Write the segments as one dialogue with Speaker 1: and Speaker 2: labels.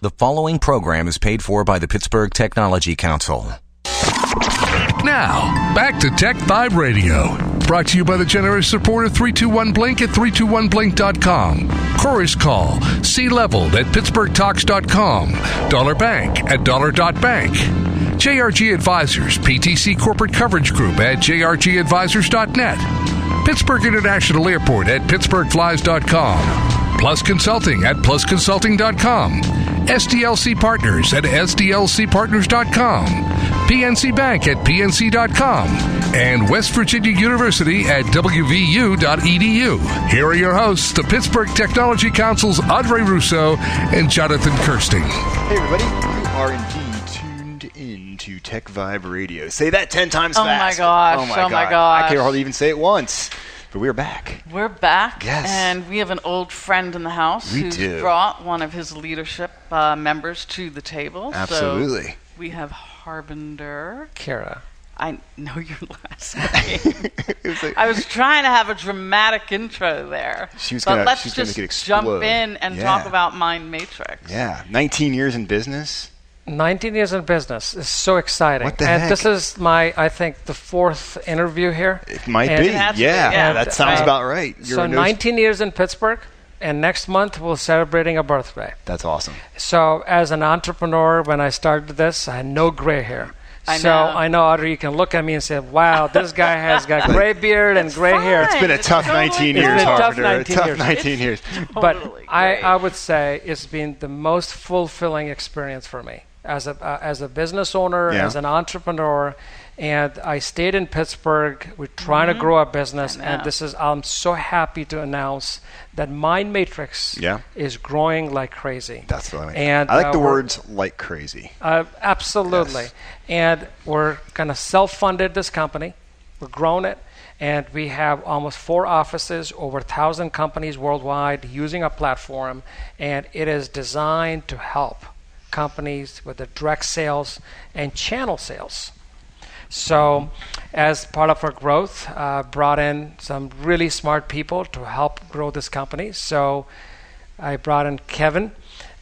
Speaker 1: The following program is paid for by the Pittsburgh Technology Council.
Speaker 2: Now, back to Tech Vibe Radio. Brought to you by the generous support of 321 Blink at 321blink.com. Chorus Call, Sea Leveled at PittsburghTalks.com. Dollar Bank at Dollar.bank. JRG Advisors, PTC Corporate Coverage Group at JRGAdvisors.net. Pittsburgh International Airport at PittsburghFlies.com. Plus Consulting at PlusConsulting.com. SDLC Partners at SDLCPartners.com. PNC Bank at PNC.com. And West Virginia University at WVU.edu. E Here are your hosts, the Pittsburgh Technology Council's Andre Rousseau and Jonathan Kirsting.
Speaker 3: Hey, everybody, you are indeed tuned in to Tech Vibe Radio. Say that 10 times
Speaker 4: Oh my
Speaker 3: fast.
Speaker 4: gosh, oh my gosh.
Speaker 3: I can hardly even say it once, but we're back.
Speaker 4: We're back,
Speaker 3: Yes.
Speaker 4: and we have an old friend in the house
Speaker 3: We
Speaker 4: who's
Speaker 3: do.
Speaker 4: brought one of his leadership uh, members to the table. So
Speaker 3: Absolutely.
Speaker 4: we have Harbinder.
Speaker 5: Kara.
Speaker 4: I know your last name.
Speaker 3: It's like-
Speaker 4: I was trying to have a dramatic intro there.
Speaker 3: She was
Speaker 4: but
Speaker 3: gonna-
Speaker 4: let's
Speaker 3: she was gonna
Speaker 4: just
Speaker 3: make it explode.
Speaker 4: jump in and
Speaker 3: Yeah.
Speaker 4: talk about Mind Matrix.
Speaker 3: yeah, 19 years in business.
Speaker 5: 19 years in business is so exciting.
Speaker 3: What the
Speaker 5: and
Speaker 3: heck?
Speaker 5: this is my, I think, the fourth interview here.
Speaker 3: It might
Speaker 5: And-
Speaker 3: be.
Speaker 4: It has
Speaker 3: Yeah,
Speaker 4: to be, yeah.
Speaker 3: that sounds
Speaker 4: Uh,
Speaker 3: about right. You're
Speaker 5: so
Speaker 3: a nose-
Speaker 5: 19 years in Pittsburgh, and next month we're celebrating a birthday.
Speaker 3: That's awesome.
Speaker 5: So as an entrepreneur, when I started this, I had no gray hair.
Speaker 4: I
Speaker 5: so
Speaker 4: know.
Speaker 5: I know Audrey, you can look at me and say, "Wow, this guy has got gray beard and gray hair."
Speaker 4: fine.
Speaker 3: It's been a
Speaker 4: It's
Speaker 3: tough
Speaker 4: totally
Speaker 3: 19
Speaker 4: fine.
Speaker 3: years,
Speaker 5: It's been a tough
Speaker 3: Harvard.
Speaker 5: 19
Speaker 3: tough
Speaker 5: years.
Speaker 3: 19 years.
Speaker 5: but
Speaker 4: Totally
Speaker 5: I,
Speaker 4: great.
Speaker 5: I would say it's been the most fulfilling experience for me as a uh, as a business owner,
Speaker 3: Yeah.
Speaker 5: as an entrepreneur, and I stayed in Pittsburgh. We're trying
Speaker 4: Mm-hmm.
Speaker 5: to grow a business, and this is I'm so happy to announce that Mind Matrix
Speaker 3: Yeah.
Speaker 5: is growing like crazy.
Speaker 3: That's what I mean.
Speaker 5: And
Speaker 3: I like
Speaker 5: uh,
Speaker 3: the
Speaker 5: we're-
Speaker 3: words like crazy.
Speaker 5: uh, absolutely.
Speaker 3: Yes.
Speaker 5: And we're kind of self funded this company. We've grown it. And we have almost four offices, over 1,000 companies worldwide using our platform. And it is designed to help companies with the direct sales and channel sales. So, as part of our growth, uh, brought in some really smart people to help grow this company. So, I brought in Kevin,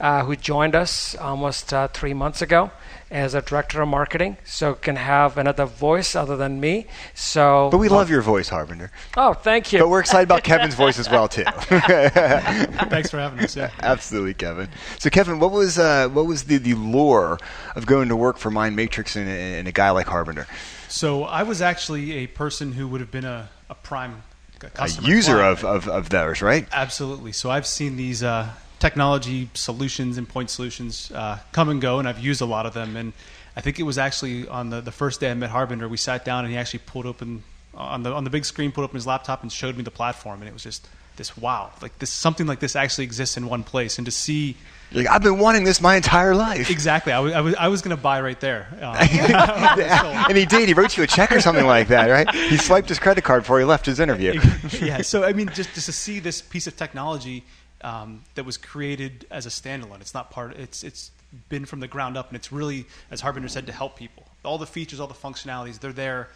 Speaker 5: uh, who joined us almost uh, three months ago as a director of marketing, so can have another voice other than me. So,
Speaker 3: But we love your voice, Harbinger.
Speaker 5: oh, thank
Speaker 3: But
Speaker 5: you.
Speaker 3: we're excited about Kevin's voice as well, too.
Speaker 6: Thanks for having us. Yeah.
Speaker 3: Absolutely, Kevin. So, Kevin, what was uh, what was the, the lure of going to work for Mind Matrix and, a- and a guy like Harbinger,
Speaker 6: So I was actually a person who would have been a, a prime c-
Speaker 3: a
Speaker 6: customer.
Speaker 3: user
Speaker 6: client.
Speaker 3: of, of, of theirs, right?
Speaker 6: Absolutely. So I've seen these uh, technology solutions and point solutions uh, come and go, and I've used a lot of them. And I think it was actually on the, the first day I met Harbinger, we sat down and he actually pulled open on the on the big screen, pulled open his laptop and showed me the platform, and it was just this wow, like this something like this actually exists in one place, and to see
Speaker 3: You're like, I've been wanting this my entire life.
Speaker 6: exactly, I was I was, I was going to buy right there. Um,
Speaker 3: and he did. He wrote you a check or something like that, right? He swiped his credit card before he left his interview.
Speaker 6: yeah. So I mean, just, just to see this piece of technology um, that was created as a standalone. It's not part. It's it's been from the ground up, and it's really, as Harbinger said, to help people. All the features, all the functionalities, they're there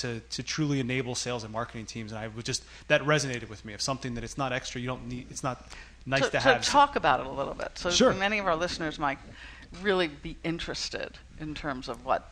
Speaker 6: to to truly enable sales and marketing teams. And I was just that resonated with me of something that it's not extra. You don't need. It's not nice
Speaker 4: So,
Speaker 6: to
Speaker 4: so
Speaker 6: have.
Speaker 4: talk about it a little bit. So
Speaker 6: Sure.
Speaker 4: many of our listeners might really be interested in terms of what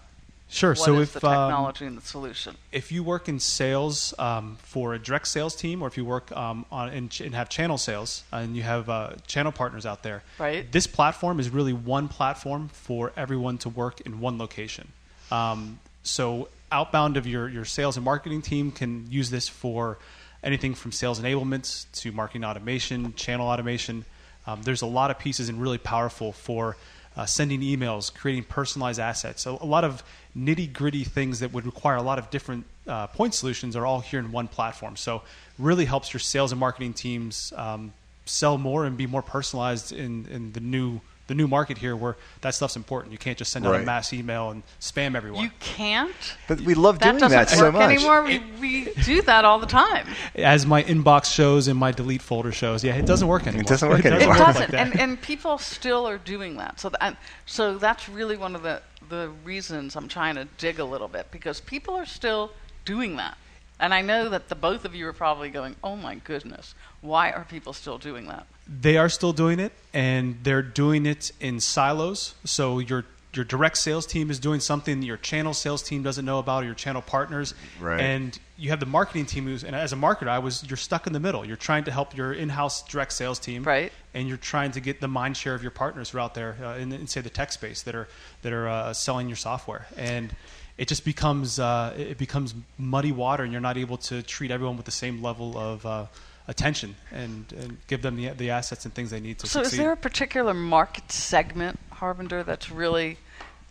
Speaker 6: sure.
Speaker 4: what
Speaker 6: so
Speaker 4: is
Speaker 6: if um,
Speaker 4: the technology and the solution.
Speaker 6: if you work in sales um, for a direct sales team, or if you work um, on and, ch- and have channel sales, and you have uh, channel partners out there,
Speaker 4: Right.
Speaker 6: This platform is really one platform for everyone to work in one location. Um, so outbound of your your sales and marketing team can use this for anything from sales enablements to marketing automation, channel automation. Um, there's a lot of pieces and really powerful for uh, sending emails, creating personalized assets. So a lot of nitty gritty things that would require a lot of different uh, point solutions are all here in one platform. So really helps your sales and marketing teams um,
Speaker 2: sell more and be more personalized in, in the new the new market here where that stuff's important. You can't just send out
Speaker 3: Right.
Speaker 2: a mass email and spam everyone.
Speaker 1: You can't.
Speaker 3: But we love
Speaker 1: That
Speaker 3: doing
Speaker 1: doesn't
Speaker 3: that
Speaker 1: work
Speaker 3: so much.
Speaker 1: anymore. We, we do that all the time.
Speaker 2: As my inbox shows and my delete folder shows, yeah, it doesn't work anymore.
Speaker 3: doesn't work anymore.
Speaker 1: It
Speaker 3: Work
Speaker 2: work like
Speaker 1: doesn't,
Speaker 2: that.
Speaker 1: and, and people still are doing that. So, that, so that's really one of the, the reasons I'm trying to dig a little bit because people are still doing that. And I know that the both of you are probably going, oh my goodness, why are people still doing that?
Speaker 2: they are still doing it and they're doing it in silos so your your direct sales team is doing something that your channel sales team doesn't know about or your channel partners
Speaker 3: Right.
Speaker 2: and you have the marketing team who's and as a marketer i was you're stuck in the middle you're trying to help your in-house direct sales team
Speaker 1: Right.
Speaker 2: and you're trying to get the mind share of your partners who are out there uh, in, in say the tech space that are that are uh, selling your software and it just becomes uh, it becomes muddy water and you're not able to treat everyone with the same level of uh, attention and, and give them the, the assets and things they need to
Speaker 1: So,
Speaker 2: succeed.
Speaker 1: is there a particular market segment, Harbinger, that's really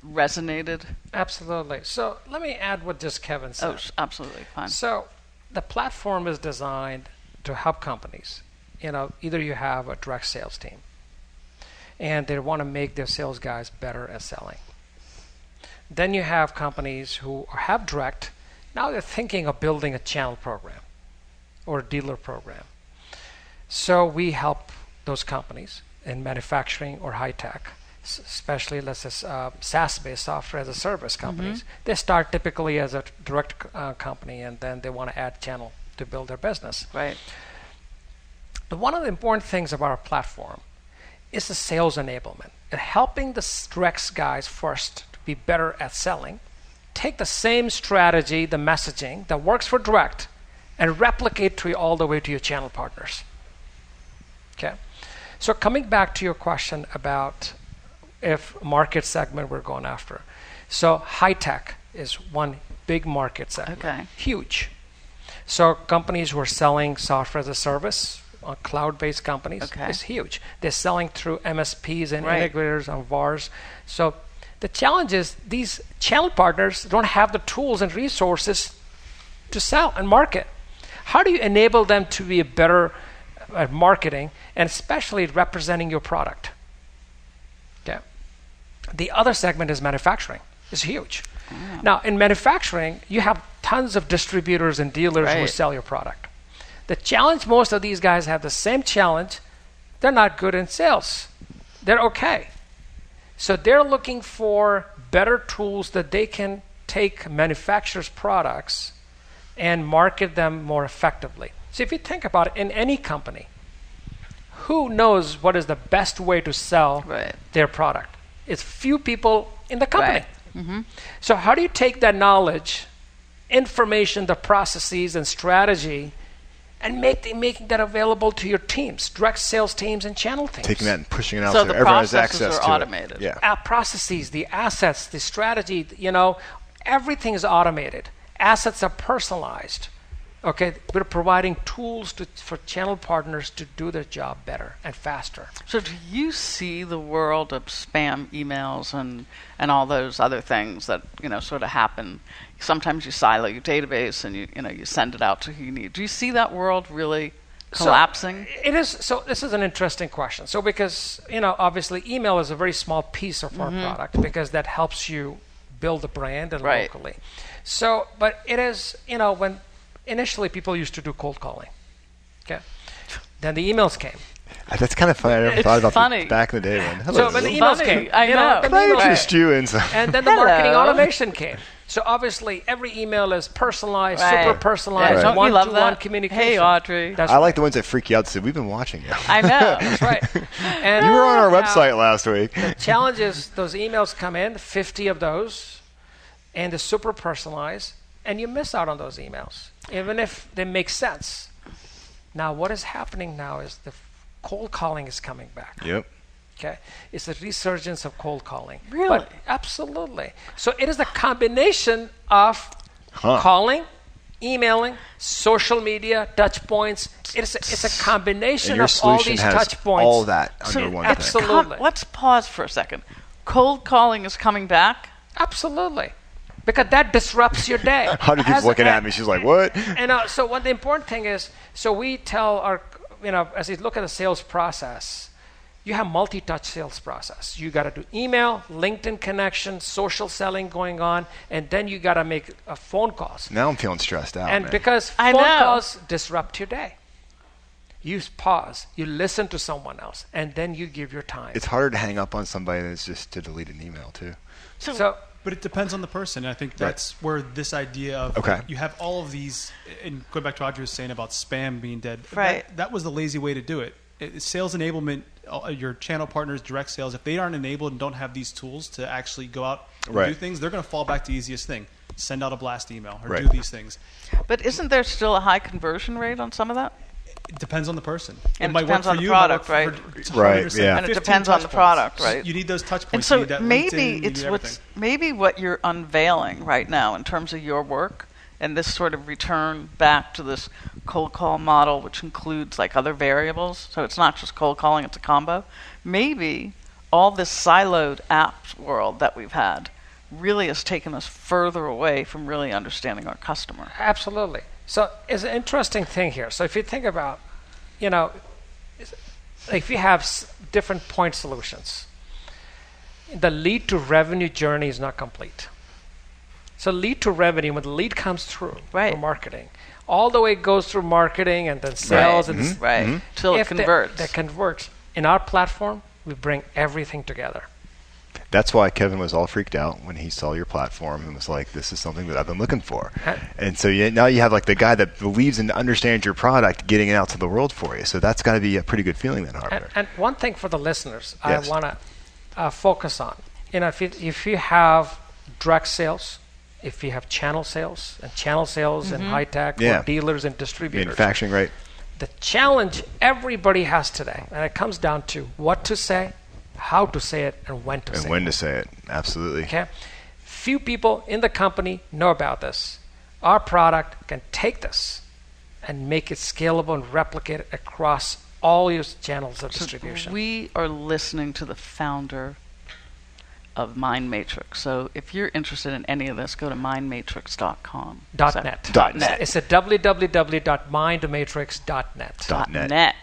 Speaker 1: resonated?
Speaker 5: Absolutely. So let me add what just Kevin said.
Speaker 1: Oh, s- absolutely. Fine.
Speaker 5: So the platform is designed to help companies. You know, either you have a direct sales team and they want to make their sales guys better at selling. Then you have companies who have direct, now they're thinking of building a channel program or a dealer program. So we help those companies in manufacturing or high tech, s- especially let's say uh, SaaS-based software as a service companies. They start typically as a direct uh, company, and then they want to add channel to build their business.
Speaker 1: Right.
Speaker 5: But one of the important things about our platform is the sales enablement. And helping the s- direct guys first to be better at selling, take the same strategy, the messaging that works for direct, and replicate to all the way to your channel partners. Okay. So coming back to your question about if market segment we're going after. So high tech is one big market segment.
Speaker 1: Okay.
Speaker 5: Huge. So companies who are selling software as a service, uh, cloud-based companies,
Speaker 1: Okay.
Speaker 5: is huge. They're selling through MSPs and
Speaker 1: Right.
Speaker 5: integrators and VARs. So the challenge is these channel partners don't have the tools and resources to sell and market. How do you enable them to be better at marketing and especially representing your product? Okay. The other segment is manufacturing. It's huge. Now, in manufacturing, you have tons of distributors and dealers who
Speaker 1: Right.
Speaker 5: sell your product. The challenge most of these guys have the same challenge. They're not good in sales. They're okay. So they're looking for better tools that they can take manufacturers' products and market them more effectively. So if you think about it, in any company, who knows what is the best way to sell
Speaker 1: Right.
Speaker 5: their product? It's few people in the company.
Speaker 1: Right. Mm-hmm.
Speaker 5: So how do you take that knowledge, information, the processes and strategy, and make the, making that available to your teams, direct sales teams and channel teams?
Speaker 3: Taking that and pushing it out
Speaker 1: So
Speaker 3: so,
Speaker 1: the
Speaker 3: everyone has
Speaker 1: processes
Speaker 3: access
Speaker 1: are
Speaker 3: to it.
Speaker 1: automated.
Speaker 3: Yeah.
Speaker 5: Our processes, the assets, the strategy, you know, everything is automated. Assets are personalized. Okay, we're providing tools to, for channel partners to do their job better and faster.
Speaker 1: So do you see the world of spam emails and, and all those other things that, you know, sort of happen? Sometimes you silo your database and you, you know, you send it out to who you need. Do you see that world really
Speaker 5: So,
Speaker 1: collapsing?
Speaker 5: it is so this is an interesting question so because you know obviously email is a very small piece of our product because that helps you build a brand and
Speaker 1: Mm-hmm. Right.
Speaker 5: locally so but it is you know when initially people used to do cold calling okay then the emails came
Speaker 3: Uh, That's kind of funny. I never
Speaker 5: It's
Speaker 3: thought about
Speaker 1: funny.
Speaker 3: that back in the day. When, hello,
Speaker 5: so when the
Speaker 3: Zoom.
Speaker 5: emails
Speaker 1: Funny,
Speaker 5: came
Speaker 1: I
Speaker 5: you
Speaker 1: know.
Speaker 5: the
Speaker 3: Can I
Speaker 5: emails came.
Speaker 3: interest you in some-
Speaker 5: And then the marketing
Speaker 1: Hello.
Speaker 5: automation came. So obviously, every email is personalized,
Speaker 1: Right.
Speaker 5: super personalized,
Speaker 1: Yeah, don't
Speaker 5: one
Speaker 1: you love
Speaker 5: to one
Speaker 1: that?
Speaker 5: communication.
Speaker 1: Hey, Audrey.
Speaker 5: That's
Speaker 3: I
Speaker 5: right.
Speaker 3: like the ones that freak you out. So we've been watching you.
Speaker 1: I know. That's
Speaker 5: right. And
Speaker 3: you were on our
Speaker 5: now-
Speaker 3: website last week.
Speaker 5: challenge is those emails come in, 50 of those, and they're super personalized, and you miss out on those emails, even if they make sense. Now, what is happening now is the f- cold calling is coming back.
Speaker 3: Yep.
Speaker 5: Okay, it's a resurgence of cold calling.
Speaker 1: Really?
Speaker 5: absolutely. So it is a combination of calling, emailing, social media touch points. It's a, it's a combination
Speaker 3: And your
Speaker 5: of all
Speaker 3: solution
Speaker 5: these
Speaker 3: has
Speaker 5: touch points.
Speaker 3: all that under
Speaker 1: So
Speaker 3: one
Speaker 1: it's
Speaker 5: absolute-
Speaker 3: thing.
Speaker 1: com-
Speaker 5: Absolutely.
Speaker 1: let's pause for a second. Cold calling is coming back.
Speaker 5: Absolutely. Because that disrupts your day.
Speaker 3: Audrey keeps
Speaker 5: As-
Speaker 3: looking
Speaker 5: and-
Speaker 3: at me. She's like, "What?"
Speaker 5: And uh, so, what the important thing is so we tell our you know, as you look at the sales process, you have multi-touch sales process. You got to do email, LinkedIn connection, social selling going on, and then you got to make uh, phone calls.
Speaker 3: Now I'm feeling stressed out.
Speaker 5: and
Speaker 3: man.
Speaker 5: because
Speaker 1: I
Speaker 5: phone
Speaker 1: know.
Speaker 5: calls disrupt your day, you s- pause, you listen to someone else, and then you give your time.
Speaker 3: it's harder to hang up on somebody than it's just to delete an email too.
Speaker 5: so
Speaker 2: But it depends on the person. I think that's where this idea of
Speaker 3: Okay.
Speaker 2: you have all of these, and going back to what Audrey was saying about spam being dead, that-
Speaker 1: Right.
Speaker 2: That, was the lazy way to do it. It- Sales enablement, uh, your channel partners, direct sales, if they aren't enabled and don't have these tools to actually go out and do
Speaker 3: Right.
Speaker 2: things, they're going to fall back to the easiest thing send out a blast email or
Speaker 3: Right.
Speaker 2: do these things.
Speaker 1: But isn't there still a high conversion rate on some of that?
Speaker 2: It depends on the person.
Speaker 1: And it
Speaker 2: it might
Speaker 1: depends
Speaker 2: work
Speaker 1: on
Speaker 2: for
Speaker 1: the
Speaker 2: you, it might
Speaker 1: product,
Speaker 2: work for-
Speaker 1: right?
Speaker 2: it's
Speaker 3: Right,
Speaker 2: 100%,
Speaker 3: yeah.
Speaker 1: And it
Speaker 2: 15
Speaker 1: depends on
Speaker 2: touch
Speaker 1: the
Speaker 2: points.
Speaker 1: product, right?
Speaker 2: You need those touch points.
Speaker 1: And
Speaker 2: you
Speaker 1: so
Speaker 2: need that LinkedIn,
Speaker 1: maybe
Speaker 2: you need
Speaker 1: it's what's
Speaker 2: everything.
Speaker 1: maybe what you're unveiling right now in terms of your work and this sort of return back to this cold call model, which includes like other variables. So it's not just cold calling; it's a combo. Maybe all this siloed apps world that we've had really has taken us further away from really understanding our customer.
Speaker 5: Absolutely. So it's an interesting thing here. So if you think about, you know, is- if you have s- different point solutions, the lead to revenue journey is not complete. So lead to revenue, when the lead comes through
Speaker 1: Right.
Speaker 5: from marketing, all the way it goes through marketing and then sales and s-
Speaker 1: right till it
Speaker 5: if they-
Speaker 1: converts.
Speaker 5: That converts. In our platform, we bring everything together.
Speaker 3: That's why Kevin was all freaked out when he saw your platform and was like, "This is something that I've been looking for." And so you, now you have like the guy that believes and understands your product, getting it out to the world for you. So that's got to be a pretty good feeling, then, Harper.
Speaker 5: And, and one thing for the listeners,
Speaker 3: Yes.
Speaker 5: I want to uh, focus on. You know, if you, if you have direct sales, if you have channel sales, and channel sales in high tech,
Speaker 3: Mm-hmm. Yeah.
Speaker 5: or dealers and distributors,
Speaker 3: Manufacturing, right?
Speaker 5: the challenge everybody has today, and it comes down to what to say, how to say it, and when to
Speaker 3: And
Speaker 5: say
Speaker 3: when
Speaker 5: it.
Speaker 3: to say it? Absolutely.
Speaker 5: Okay, few people in the company know about this. Our product can take this and make it scalable and replicate it across all your channels of
Speaker 1: So
Speaker 5: distribution.
Speaker 1: We are listening to the founder of Mind Matrix. So if you're interested in any of this, go to mindmatrix.com.
Speaker 5: dot
Speaker 1: Is that-
Speaker 5: net.
Speaker 3: Dot net.
Speaker 5: It's a www.mindmatrix.net.
Speaker 3: Dot
Speaker 1: Dot
Speaker 3: net.
Speaker 1: net.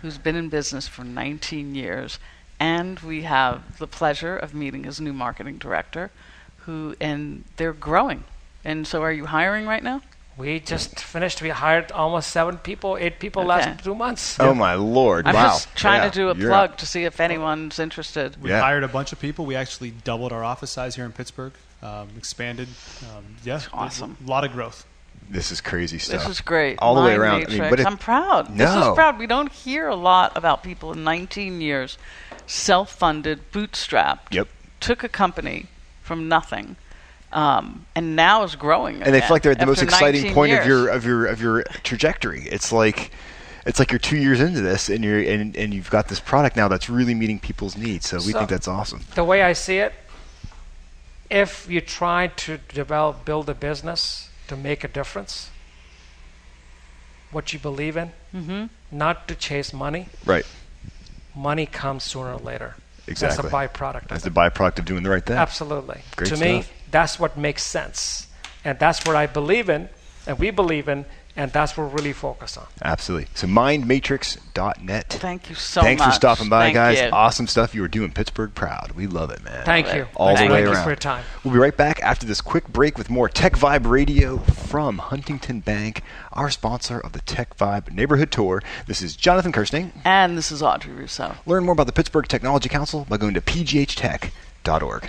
Speaker 1: Who's been in business for 19 years, and we have the pleasure of meeting his new marketing director, who and they're growing. And so, are you hiring right now?
Speaker 5: We just finished. We hired almost seven people, eight people
Speaker 1: Okay.
Speaker 5: last two months.
Speaker 3: Oh my lord!
Speaker 1: I'm
Speaker 3: wow.
Speaker 1: just trying
Speaker 3: Yeah,
Speaker 1: to do a
Speaker 3: you're
Speaker 1: plug
Speaker 3: up.
Speaker 1: to see if anyone's interested.
Speaker 2: We
Speaker 3: Yeah.
Speaker 2: hired a bunch of people. We actually doubled our office size here in Pittsburgh, um, expanded. Um, yeah,
Speaker 1: awesome.
Speaker 2: A lot of growth.
Speaker 3: This is crazy stuff.
Speaker 1: This is great.
Speaker 3: All the way
Speaker 1: Mind
Speaker 3: around. I mean,
Speaker 1: Matrix.
Speaker 3: what if-
Speaker 1: I'm proud. This
Speaker 3: No.
Speaker 1: is proud. We don't hear a lot about people in 19 years, self-funded, bootstrapped.
Speaker 3: Yep.
Speaker 1: Took a company from nothing, um, and now is growing.
Speaker 3: and they feel like they're at the most exciting point of your
Speaker 1: Of
Speaker 3: of your of your trajectory. It's like it's like you're two years into this, and you're and, and you've got this product now that's really meeting people's needs. So we
Speaker 5: So-
Speaker 3: think that's awesome.
Speaker 5: The way I see it, if you try to develop, build a business to make a difference, what you believe in, not to chase money.
Speaker 3: Right.
Speaker 5: Money comes sooner or later.
Speaker 3: Exactly.
Speaker 5: That's a byproduct.
Speaker 3: That's
Speaker 5: Of
Speaker 3: the
Speaker 5: it.
Speaker 3: byproduct of doing the right thing.
Speaker 5: Absolutely.
Speaker 3: Great
Speaker 5: to me,
Speaker 3: stuff.
Speaker 5: that's what makes sense, and that's what I believe in, and we believe in, and that's what we're really focused on.
Speaker 3: Absolutely. So mindmatrix.net.
Speaker 1: Thank you so
Speaker 3: Thanks for
Speaker 1: much.
Speaker 3: stopping by,
Speaker 1: Thank
Speaker 3: guys.
Speaker 1: you.
Speaker 3: Awesome stuff. You are doing Pittsburgh proud. We love it, man.
Speaker 5: Thank you.
Speaker 3: All
Speaker 5: Thank
Speaker 3: the way
Speaker 5: you
Speaker 3: around.
Speaker 5: for your time.
Speaker 3: We'll be right back after this quick break with more Tech Vibe Radio from Huntington Bank, our sponsor of the Tech Vibe Neighborhood Tour. This is Jonathan Kirsting.
Speaker 1: and this is Audrey Rousseau.
Speaker 3: Learn more about the Pittsburgh Technology Council by going to pghtech.org.